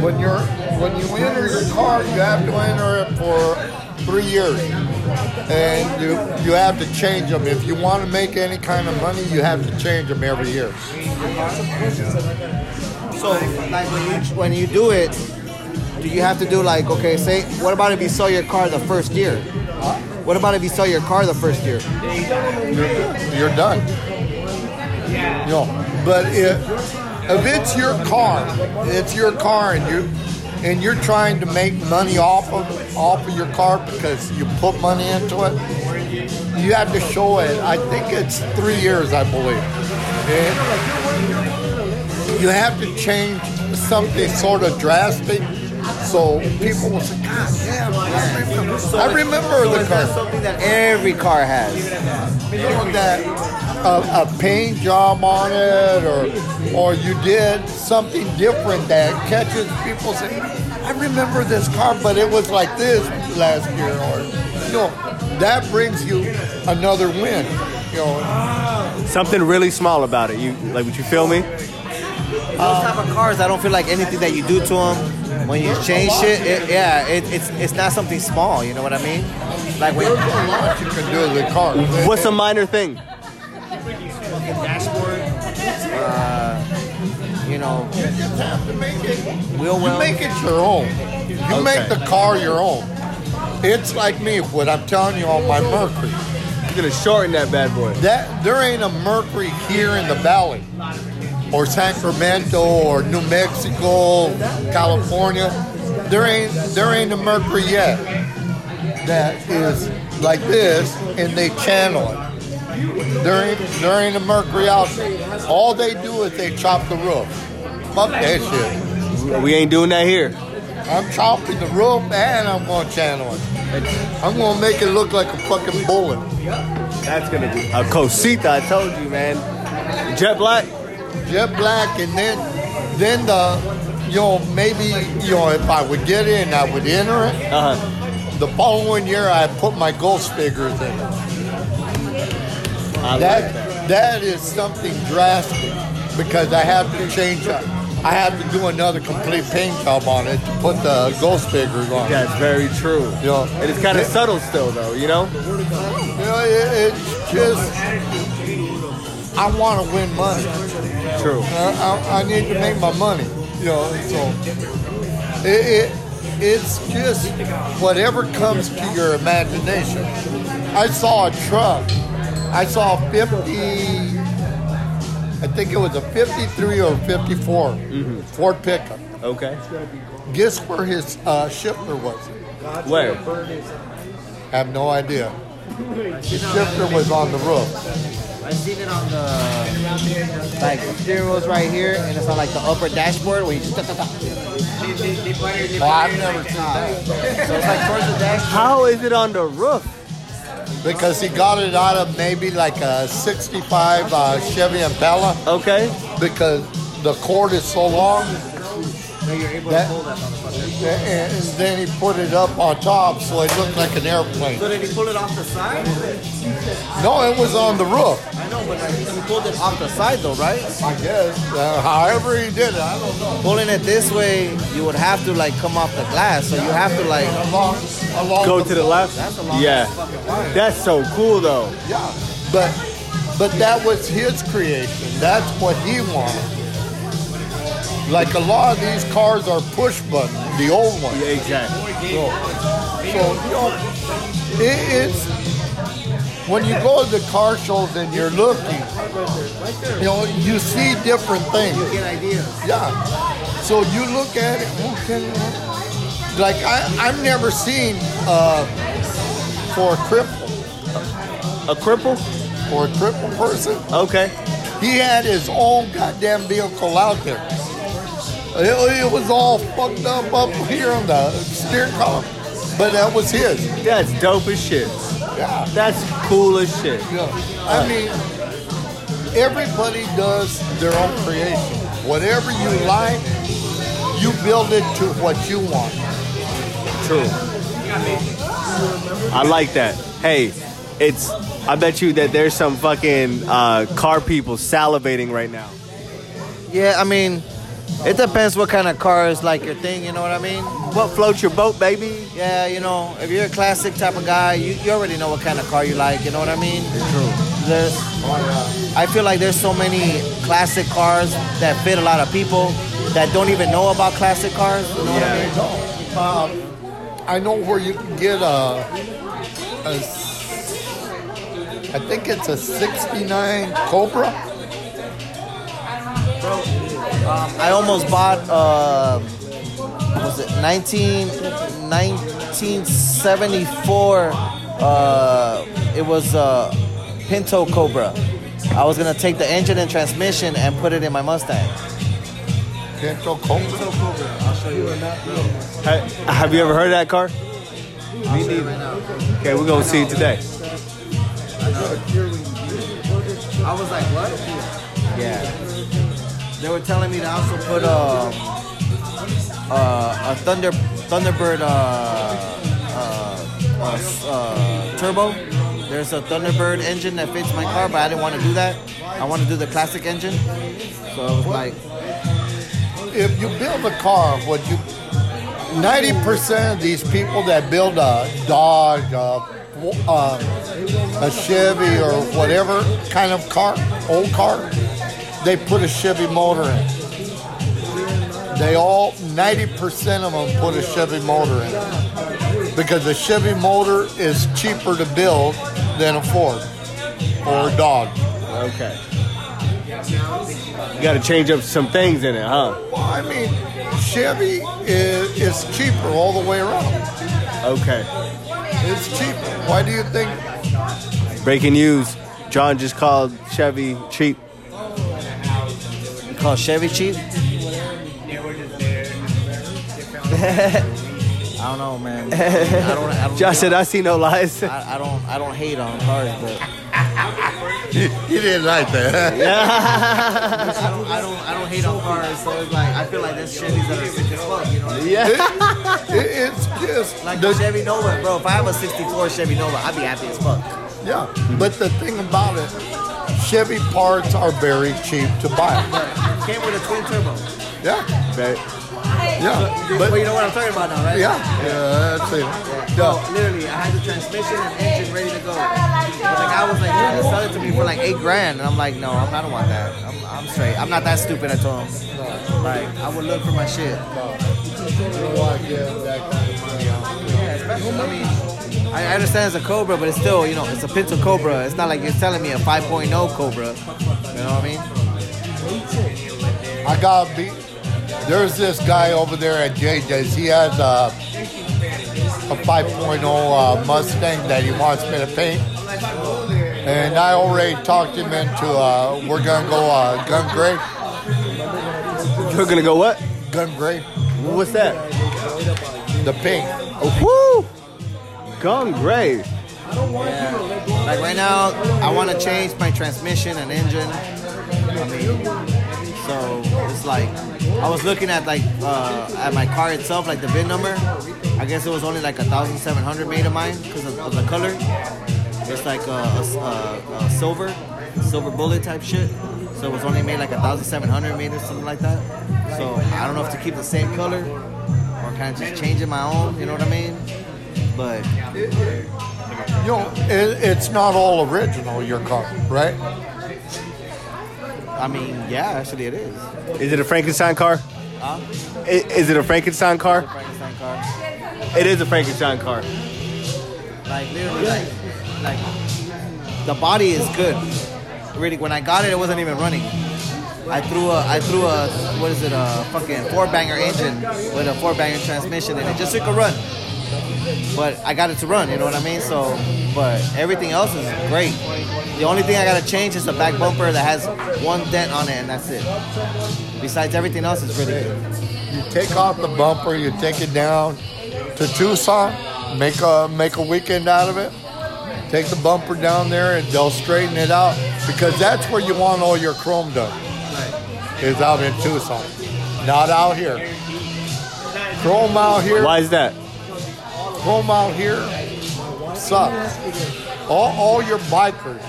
When you're when you enter your car, you have to enter it for three years, and you you have to change them if you want to make any kind of money. You have to change them every year. So, like when you when you do it, do you have to do like okay, say what about if you sell your car the first year? What about if you sell your car the first year? you're done. No, but if, if it's your car, it's your car, and you and you're trying to make money off of off of your car because you put money into it. You have to show it. I think it's three years, I believe. And you have to change something sort of drastic, so people will say, "God damn, I remember, I remember So the is car." that something that every car has? you know, that a, a paint job on it or or you did something different that catches people say i remember this car but it was like this last year or you know that brings you another win you know Something really small about it. You like? Would you feel me? Those type of cars, I don't feel like anything that you do to them when you change shit. It, yeah, it, it's it's not something small. You know what I mean? Like when There's a lot you can do to the car. What's a minor thing? Dashboard. you know You just have to make it. wheel You well. make it your own. You make the car your own. It's like me, what I'm telling you on my Mercury. You're gonna shorten that bad boy. That there ain't a Mercury here in the valley, or Sacramento, or New Mexico, California. There ain't there ain't a Mercury yet that is like this, and they channel it. There ain't there ain't a Mercury out there. All they do is they chop the roof. Fuck that shit. We ain't doing that here. I'm chopping the roof, and I'm gonna channel it. I'm gonna make it look like a fucking bullet. That's gonna be a cosita. I told you, man. Jet black. jet black, and then then the you know maybe you know if I would get in, I would enter it. Uh huh. The following year, I put my ghost figures in. It. I like that. That that is something drastic because I have to change. up. I have to do another complete paint job on it to put the ghost figures on. it. That's very true. You know, And it's kind of subtle still, though. You know. you know, it, it's just I want to win money. True. I, I, I need to make my money, you know. So it, it it's just whatever comes to your imagination. I saw a truck. I saw a fifty. I think it was a fifty-three or 54 Ford pickup. Okay. Guess where his uh, shifter was? Where? I have no idea. His shifter was on the roof. I seen it on the like steering wheel's right here, and it's on like the upper dashboard where you just They, they, they put it, they Oh, I've put it never like seen that. that so it's like towards the dashboard. How is it on the roof? because he got it out of maybe like a '65 uh, Chevy Impala. Okay. because the cord is so long, So you're able That- to pull that motherfucker. and and then he put it up on top so it looked like an airplane. So did he pull it off the side? No, it was on the roof. I know, but I think he pulled it Off the side though, right? I guess. Uh, however he did it, I don't know. Pulling it this way, you would have to like come off the glass, so you have to like. Along, along Go to the left. That's a long Yeah. fucking wire. That's so cool, though. Yeah, but but that was his creation. That's what he wanted. Like a lot of these cars are push button, the old ones. Exactly. So, so you know, it, it's when you go to the car shows and you're looking, you know, you see different things. get ideas. Yeah. So you look at it. Okay. Like I, I've never seen uh, for a cripple, A cripple? for a cripple person, Okay. he had his own goddamn vehicle out there. It, it was all fucked up up here on the steering column, but that was his. That's dope as shit. Yeah. That's cool as shit. Yeah. I mean, everybody does their own creation. Whatever you like, you build it to what you want. True. I like that. Hey, it's. I bet you that there's some fucking uh, car people salivating right now. Yeah, I mean, it depends what kind of car is like your thing. You know what I mean? What floats your boat, baby? Yeah, you know, if you're a classic type of guy, you, you already know what kind of car you like. You know what I mean? True. There's, I feel like there's so many classic cars that fit a lot of people that don't even know about classic cars. You know Yeah. what I mean? I know where you can get a, a s- I think it's a 69 Cobra. I almost bought uh, what was it 19, 1974? Uh, it was uh, Pinto Cobra. I was gonna take the engine and transmission and put it in my Mustang. Pinto Cobra. Ha- have you ever heard of that car? Me neither. Right now. Okay, we're gonna see it today. I was like, what? Yeah. They were telling me to also put um, uh, a Thunder Thunderbird uh, uh, uh, s- uh, turbo. There's a Thunderbird engine that fits my car, but I didn't want to do that. I want to do the classic engine. So I was like, if you build a car, would you? Ninety percent of these people that build a Dodge, a, uh, a Chevy, or whatever kind of car, old car, they put a Chevy motor in. They all ninety percent of them put a Chevy motor in because a Chevy motor is cheaper to build than a Ford or a Dodge. Okay. You got to change up some things in it, huh? Well, I mean, Chevy is, is cheaper all the way around. Okay. It's cheaper. Why do you think? Breaking news: John just called Chevy cheap. Call Chevy cheap? I don't know, man. I don't. I don't John said, "I see no lies." I, I don't. I don't hate on cars, but You didn't like that. yeah. I don't, I don't, I don't hate on cars, so it's like I feel like that's Chevys that are sick as fuck. You know what I mean? It, it's just Like the the, Chevy Nova, bro. If I have a '64 Chevy Nova, I'd be happy as fuck. yeah. But the thing about it, Chevy parts are very cheap to buy. Came with a twin turbo. Yeah, Right. yeah, But but you know what I'm talking about now, right? yeah, yeah. That's it. Yo, Yeah. literally, I had the transmission and engine ready to go. But the guy was like, "Yeah, just sell it to me for like eight grand," and I'm like, "No, I'm, I don't want that. I'm, I'm straight. I'm not that stupid." I told him, "Like, I would look for my shit." Yeah, especially. I mean, I I understand it's a Cobra, but it's still, you know, it's a Pinto Cobra. It's not like you're telling me a 5.0 Cobra. You know what I mean? I got beat. There's this guy over there at JJ's. He has a a 5.0 uh, Mustang that he wants me to paint, and I already talked him into uh, we're gonna go uh, gun gray, You're gonna go what? gun gray, What's that? the pink. Oh, woo! Gone gray. Yeah. Like right now, I want to change my transmission and engine. I mean, so it's like I was looking at like uh, at my car itself, like the VIN number. I guess it was only like a thousand seven hundred made of mine because of, of the color. It's like a, a s- a- a silver, silver bullet type shit. So it was only made like a thousand seven hundred made or something like that. So I don't know if to keep the same color or kind of just changing my own. You know what I mean? But You know, it, it's not all original. Your car, right? I mean, yeah, actually it is. Is it a Frankenstein car? Huh? I- Is it a Frankenstein car? Frankenstein car. It is a Frankenstein car. Like literally, like, like the body is good. Really, when I got it, it wasn't even running. I threw a, I threw a, what is it, a fucking four banger engine with a four banger transmission, and it just took a run. But I got it to run, you know what I mean? So, but everything else is great. The only thing I gotta change is the back bumper that has one dent on it, and that's it. Besides, everything else is really good. You take off the bumper, you take it down to Tucson, make a make a weekend out of it. Take the bumper down there, and they'll straighten it out because that's where you want all your chrome done. Is out in Tucson, not out here. Chrome out here, Why is that? chrome out here sucks. All, all your bikers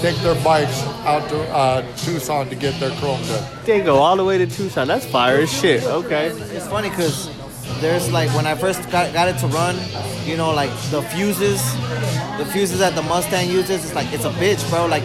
take their bikes out to uh, Tucson to get their chrome done. They go all the way to Tucson. That's fire as shit. Okay. It's funny because there's like when I first got, got it to run, you know, like the fuses, the fuses that the Mustang uses, it's like it's a bitch, bro. Like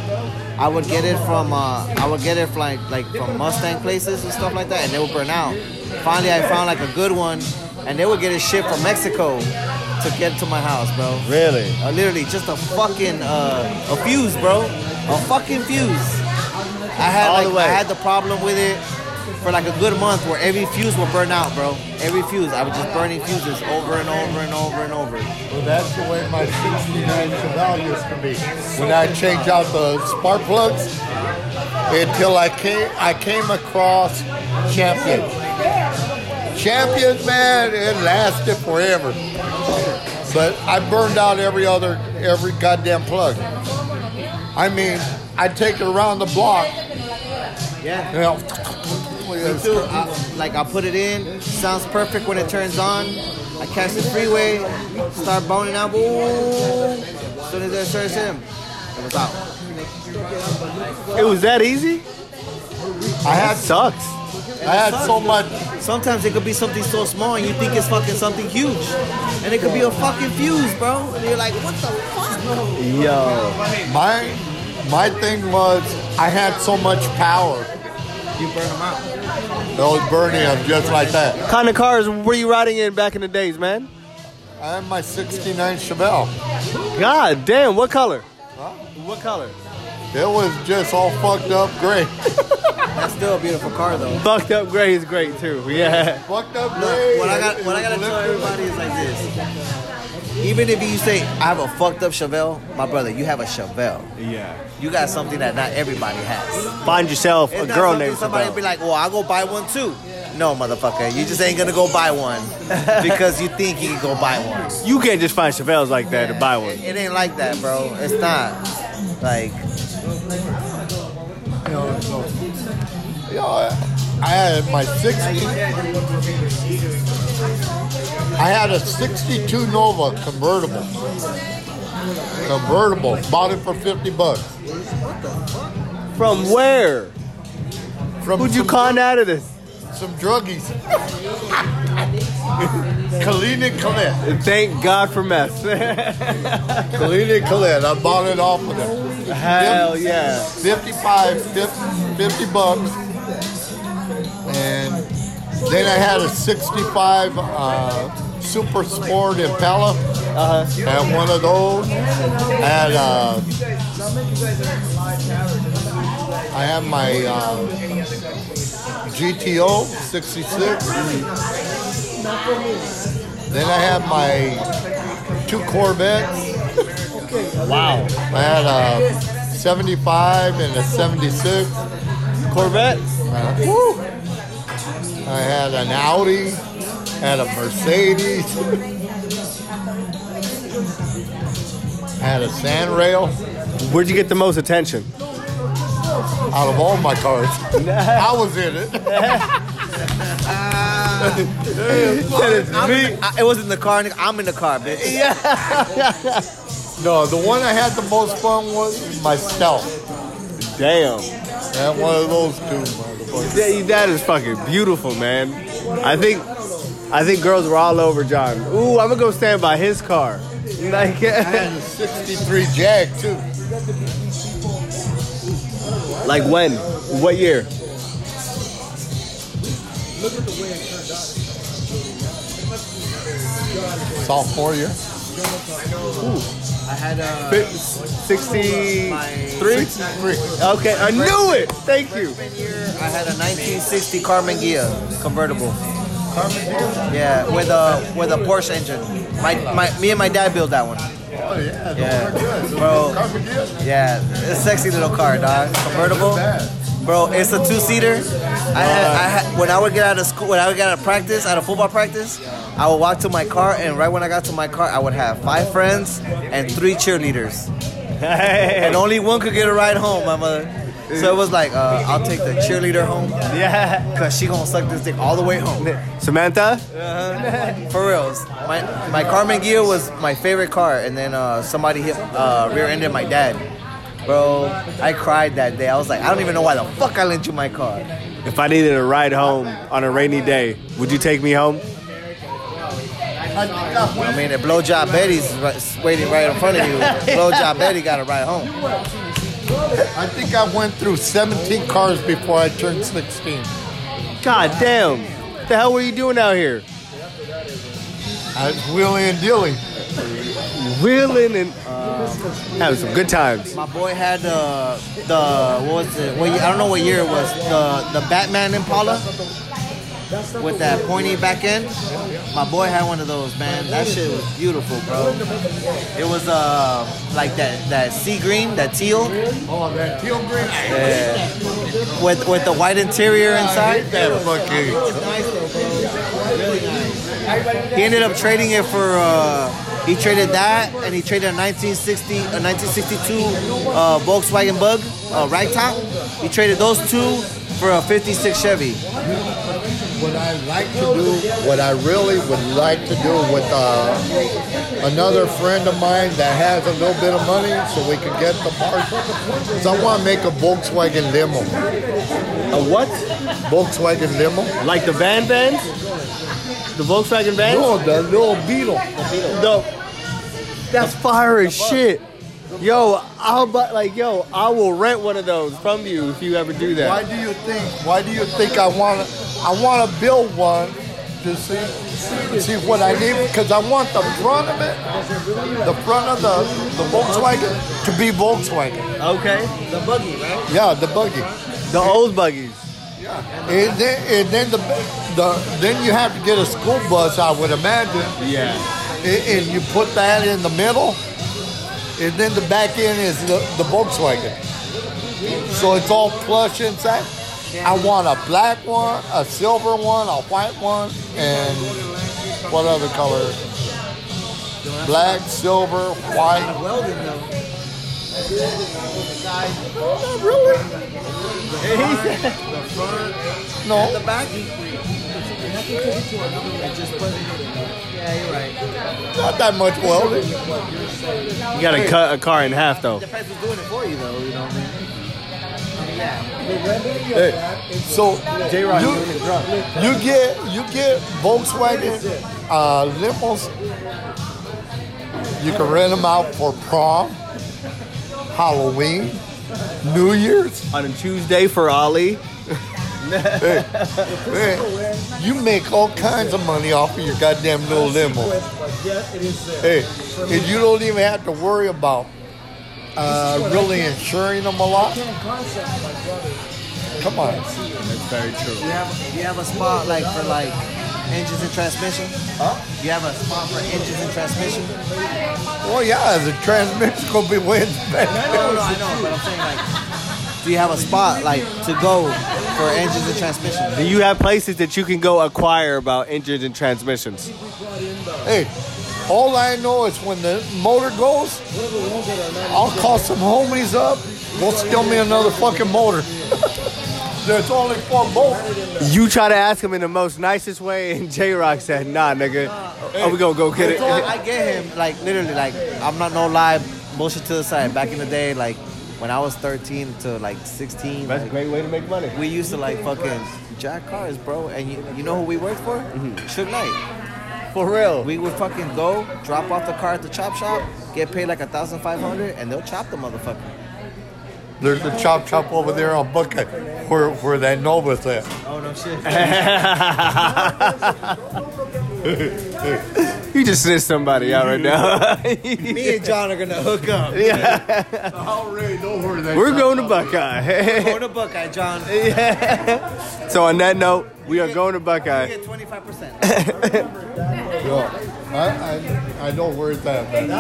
I would get it from uh, I would get it from like, like from Mustang places and stuff like that, and they would burn out. Finally, I found like a good one, and they would get it shipped from Mexico to get to my house, bro. Really? Uh, literally, just a fucking uh, a fuse, bro. A fucking fuse. I had All like, the way. I had the problem with it for like a good month where every fuse would burn out, bro. Every fuse, I was just burning fuses over and over and over and over. Well, that's the way my 69 Chevelle used to be. When I changed out the spark plugs, until I came, I came across Champion. Champion, man, it lasted forever. But I burned out every other, every goddamn plug. I mean, I take it around the block. Yeah. You know, Me too. I, like I put it in, sounds perfect when it turns on. I catch the freeway, start boning out, boom. As soon as it starts in, it was out. It was that easy? I That had sucks. It I had so much. Sometimes it could be something so small and you think it's fucking something huge. And it could be a fucking fuse, bro. And you're like, what the fuck? Yo, My my thing was I had so much power. You burn them out. Those burning them just like that. kind of cars were you riding in back in the days, man? I had my '69 Chevelle. God damn, what color? What color? It was just all fucked up gray. That's still a beautiful car though. Fucked up gray is great too. Yeah. fucked up Look, gray. what I got, what I gotta tell everybody is like this. Even if you say I have a fucked up Chevelle, my brother, you have a Chevelle. Yeah. You got something that not everybody has. Find yourself It's a not girl something named somebody be Chevelle. like, well, I'll go buy one too. No, motherfucker, you just ain't gonna go buy one because you think you can go buy one. You can't just find Chevelles like that to buy It, one. it ain't like that, bro. It's not. Like, Yeah, I- I had my 60. I had a 62 Nova convertible. Convertible. Bought it for 50 bucks. From where? From Who'd you some- con out of this? Some druggies. Colleen and Colette. Thank God for meth. Colleen and Colette. I bought it off of them. Hell yeah. 55, 50, 50 bucks. And then I had a 65 uh, Super Sport Impala. Uh-huh. I had one of those. I had, uh, I had my uh, GTO 66. Then I had my two Corvettes. Wow. I had a 75 and a 76. Corvette? I had an Audi, had a Mercedes, had a Sandrail. Where'd you get the most attention? Out of all my cars, I was in it. I'm in the- I- it was in the car. nigga. I'm in the car, bitch. No, the one I had the most fun was myself. Damn. That one of those two motherfuckers. That, that is fucking beautiful, man. I think I think girls were all over John. Ooh, I'm gonna go stand by his car. Like, I had a 63 Jag too. like when? What year? Sophomore year. I had uh, Fif- 63? 63. Okay, I knew it! Thank you. I had a 1960 Carmen Ghia convertible. Yeah, with a with a Porsche engine. My my me and my dad built that one. Oh yeah, those Yeah. are good. Those Bro. are carpet gear. Yeah, it's a sexy little car, dog. Convertible. Bad. Bro, it's a two seater. I had, I had, when I would get out of school, when I would get out of practice, out of football practice, I would walk to my car, and right when I got to my car, I would have five friends and three cheerleaders, and only one could get a ride home. My mother. So it was like, uh, I'll take the cheerleader home, yeah. cause she gonna suck this dick all the way home. Samantha? For reals, my my Carmen Gear was my favorite car, and then uh, somebody hit uh, rear-ended my dad. Bro, I cried that day. I was like, I don't even know why the fuck I lent you my car. If I needed a ride home on a rainy day, would you take me home? I mean, if blowjob Betty's right- waiting right in front of you, blowjob Betty got to ride home. I think I went through 17 cars before I turned 16. God damn. What the hell were you doing out here? I was wheeling and dealing. Wheeling and uh, having some good times. My boy had uh, the what was it? What, year- I don't know what year it was. The the Batman Impala with that pointy back end. My boy had one of those, man. That shit was beautiful, bro. It was uh like that that sea green, that teal Oh, that teal green. with with the white interior I inside. hate that fucking. He ended up trading it for. Uh, he traded that, and he traded a 1960, a 1962 uh, Volkswagen Bug, uh, right top. He traded those two for a '56 Chevy. what I like to do, what I really would like to do with uh, another friend of mine that has a little bit of money so we can get the parts. So I want to make a Volkswagen limo. A what? Volkswagen limo? Like the van van? The Volkswagen van? No, the little Beetle. No. That's fire as shit. Yo, I'll buy, like yo, I will rent one of those from you if you ever do Why that. do you think? Why do you think I want to? I want to build one to see see what I need because I want the front of it, the front of the the Volkswagen to be Volkswagen. Okay. The buggy, right? Yeah, the buggy. The old buggies. And then, and then the the then you have to get a school bus, I would imagine, Yeah. and, and you put that in the middle, and then the back end is the, the Volkswagen. So it's all plush inside. I want a black one, a silver one, a white one, and what other color? Black, silver, white. Welded though. No, back. Just put it- Yeah, you're right. not that much welding. You gotta cut a car in half though. Depends who's doing it for you though, you know what I mean? Yeah. Hey, so you, you get you get Volkswagen uh, limos. You can rent them out for prom, Halloween, New Year's. On a Tuesday for Ali. Man, you make all kinds of money off of your goddamn little limo. Hey, and you don't even have to worry about uh, really insuring them a lot. Come on, That's very true. You have you have a spot like for like engines and transmission? huh? You have a spot for engines and transmission? Well, yeah, the transmission gonna be way in the back. No, no, I know, but I'm saying like, do you have a spot like to go for engines and transmission? Do you have places that you can go acquire about engines and transmissions? Hey, all I know is when the motor goes, I'll call some homies up. Go steal me another fucking motor. There's only four motors. You try to ask him in the most nicest way, and J Rock said, "Nah, nigga, oh, we gonna go get it." I get him like literally like I'm not no lie bullshit to the side. Back in the day like when I was 13 to like 16, That's a like, great way to make money. we used to like fucking jack cars, bro. And you, you know who we worked for? Mm-hmm. mm Suge Knight. For real. We would fucking go drop off the car at the chop shop, get paid like a thousand five hundred, and they'll chop the motherfucker. There's a chop chop over there on Buckeye where, where that Nova's at. Oh no shit. You just snitched somebody out right now. Me and John are gonna hook up. yeah. I already know where that We're going to Buckeye. Go to Buckeye, John. so on that note, we are going to Buckeye. get twenty five percent. I, I, I know where it's at, man.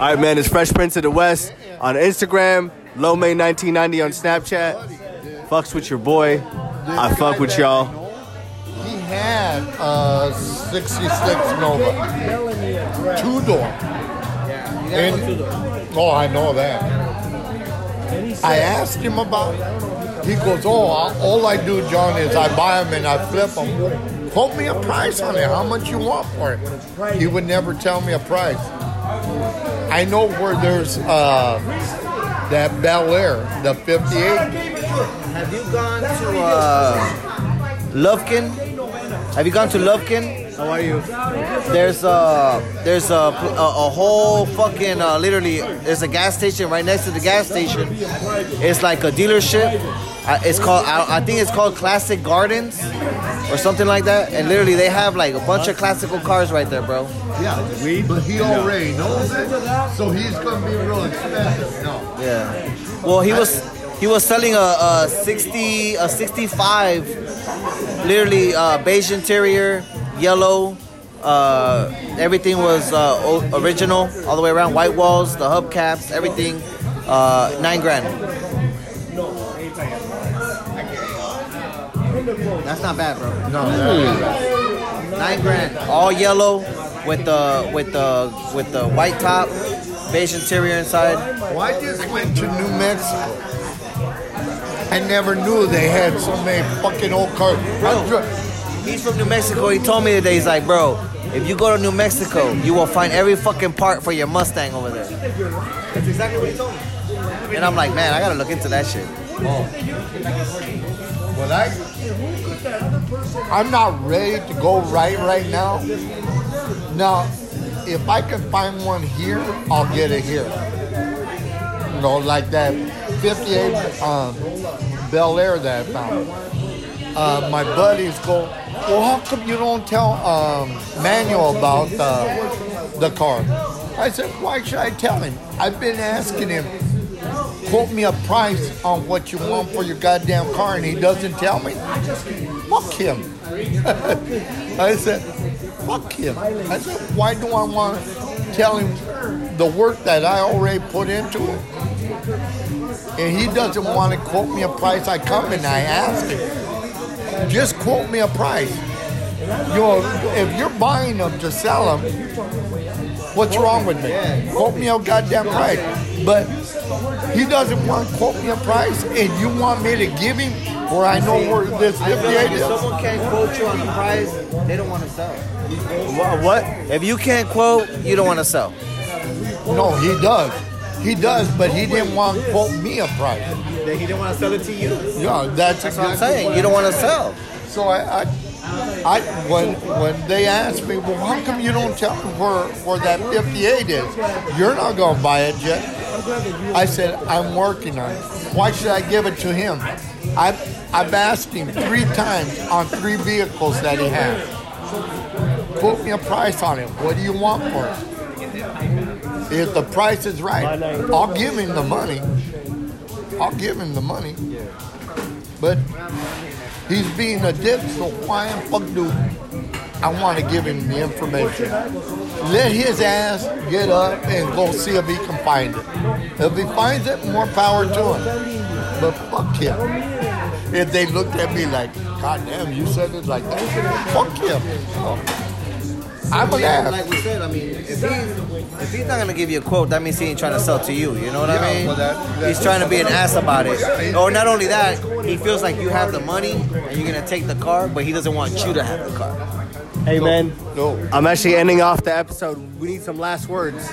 All right, man. It's Fresh Prince of the West on Instagram, Lomay1990 on Snapchat. Fucks with your boy. I fuck with y'all. He had a 66 Nova. Two door. And- Oh, I know that. I asked him about it. He goes, Oh, I- all I do, John, is I buy them and I flip them. Quote me a price on it, how much you want for it. He would never tell me a price. I know where there's uh, that Bel Air, the 58. Have you gone to uh, Lovekin? Have you gone to Lovekin? How are you? There's a there's a, a, a whole fucking uh, literally there's a gas station right next to the gas station. It's like a dealership. I, it's called I, I think it's called Classic Gardens or something like that. And literally they have like a bunch of classical cars right there, bro. Yeah, but he already knows it, so he's gonna be real expensive. No, Yeah. Well, he was he was selling a, a sixty a sixty five, literally uh, beige interior, yellow. Uh, everything was uh, o- original all the way around. White walls, the hubcaps, everything. Uh, nine grand. That's not bad, bro. Hmm. Nine grand, all yellow, with the with the with the white top, beige interior inside. well, I just went to New Mexico. I never knew they had so many fucking old cars. I dri- He's from New Mexico. He told me today, he's like, bro, if you go to New Mexico, you will find every fucking part for your Mustang over there. That's exactly what he told me. And I'm like, man, I gotta look into that shit. Well, I, I'm not ready to go right right now. Now, if I can find one here, I'll get it here. You know, like that 58 um, Bel Air that I found. Uh, my buddies go, well, how come you don't tell um, Manuel about uh, the, the car? I said, why should I tell him? I've been asking him quote me a price on what you want for your goddamn car and he doesn't tell me, fuck him. I said, fuck him. I said, why do I want to tell him the work that I already put into it? And he doesn't want to quote me a price. I come and I ask him, just quote me a price. You know, if you're buying them to sell them, what's wrong with me? Quote me a goddamn price. But he doesn't want to quote me a price, and you want me to give him where I know where this 58 If is. someone can't quote you on the price, they don't wanna sell. Wha- What? If you can't quote, you don't wanna sell. No, he does. He does, but he didn't want to quote me a price. Then he didn't wanna sell it to you. That's Yeah, that's, what I'm saying. You don't wanna sell. So I, I, I when when they asked me, well, how come you don't tell me where where that 58 is? You're not gonna buy it yet. I said I'm working on it. Why should I give it to him? I've I've asked him three times on three vehicles that he has. Quote me a price on it. What do you want for it? If the price is right, I'll give him the money. I'll give him the money. But He's being a dick, so why in fuck do I want to give him the information? Let his ass get up and go see if he can find it. If he finds it, more power to him. But fuck him. If they looked at me like, God damn, you said it like that, fuck him. I'm an ass. Like we said, I mean, if, he, if he's not gonna give you a quote, that means he ain't trying to sell to you. You know what I Yeah, mean? well, that- that- he's trying to be an ass about it. he's- Or not only that, he feels like you have the money and you're gonna take the car, but he doesn't want you to have the car. Hey, man. No. I'm actually ending off the episode. We need some last words.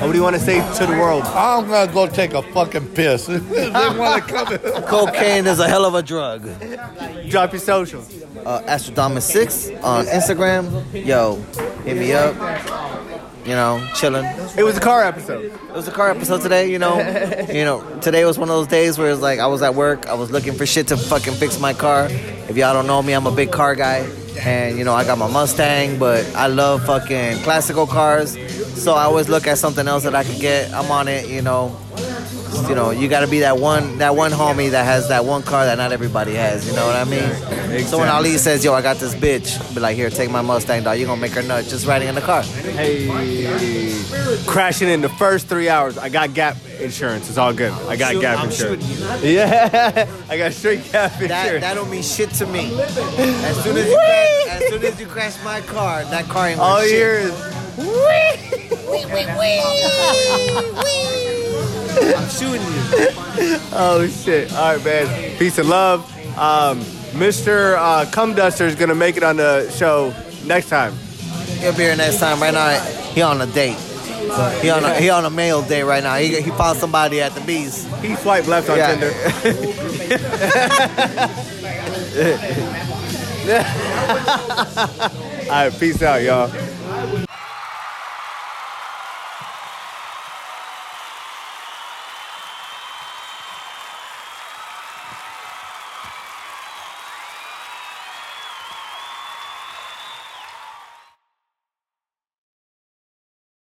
What do you want to say to the world? I'm gonna go take a fucking piss. they want to come in. Cocaine is a hell of a drug. Drop your social. Uh, Astrodomus6 on Instagram. Yo, hit me up. You know, chilling. It was a car episode. It was a car episode today, you know. you know, today was one of those days where it's like I was at work, I was looking for shit to fucking fix my car. If y'all don't know me, I'm a big car guy, and you know I got my Mustang, but I love fucking classical cars. So I always look at something else that I could get. I'm on it, you know. Just, you know, you got to be that one, that one homie that has that one car that not everybody has. You know what I mean? So when Ali says, "Yo, I got this bitch," be like, "Here, take my Mustang, dog. You gonna make her nuts just riding in the car." Hey. Crashing in the first three hours. I got gap insurance. It's all good. I got gap insurance. Yeah. I got straight gap insurance. That, that don't mean shit to me. As soon as you crash, as soon as you crash my car, that car ain't worth all shit. years. I'm shooting you. Oh shit! All right, man. Peace and love. Um, Mr. Uh, Cum Duster is gonna make it on the show next time. He'll be here next time. Right now, he on a date. He on a, he on a male date right now. He, he found somebody at the bees. He swiped left on Yeah. Tinder. All right, peace out, y'all.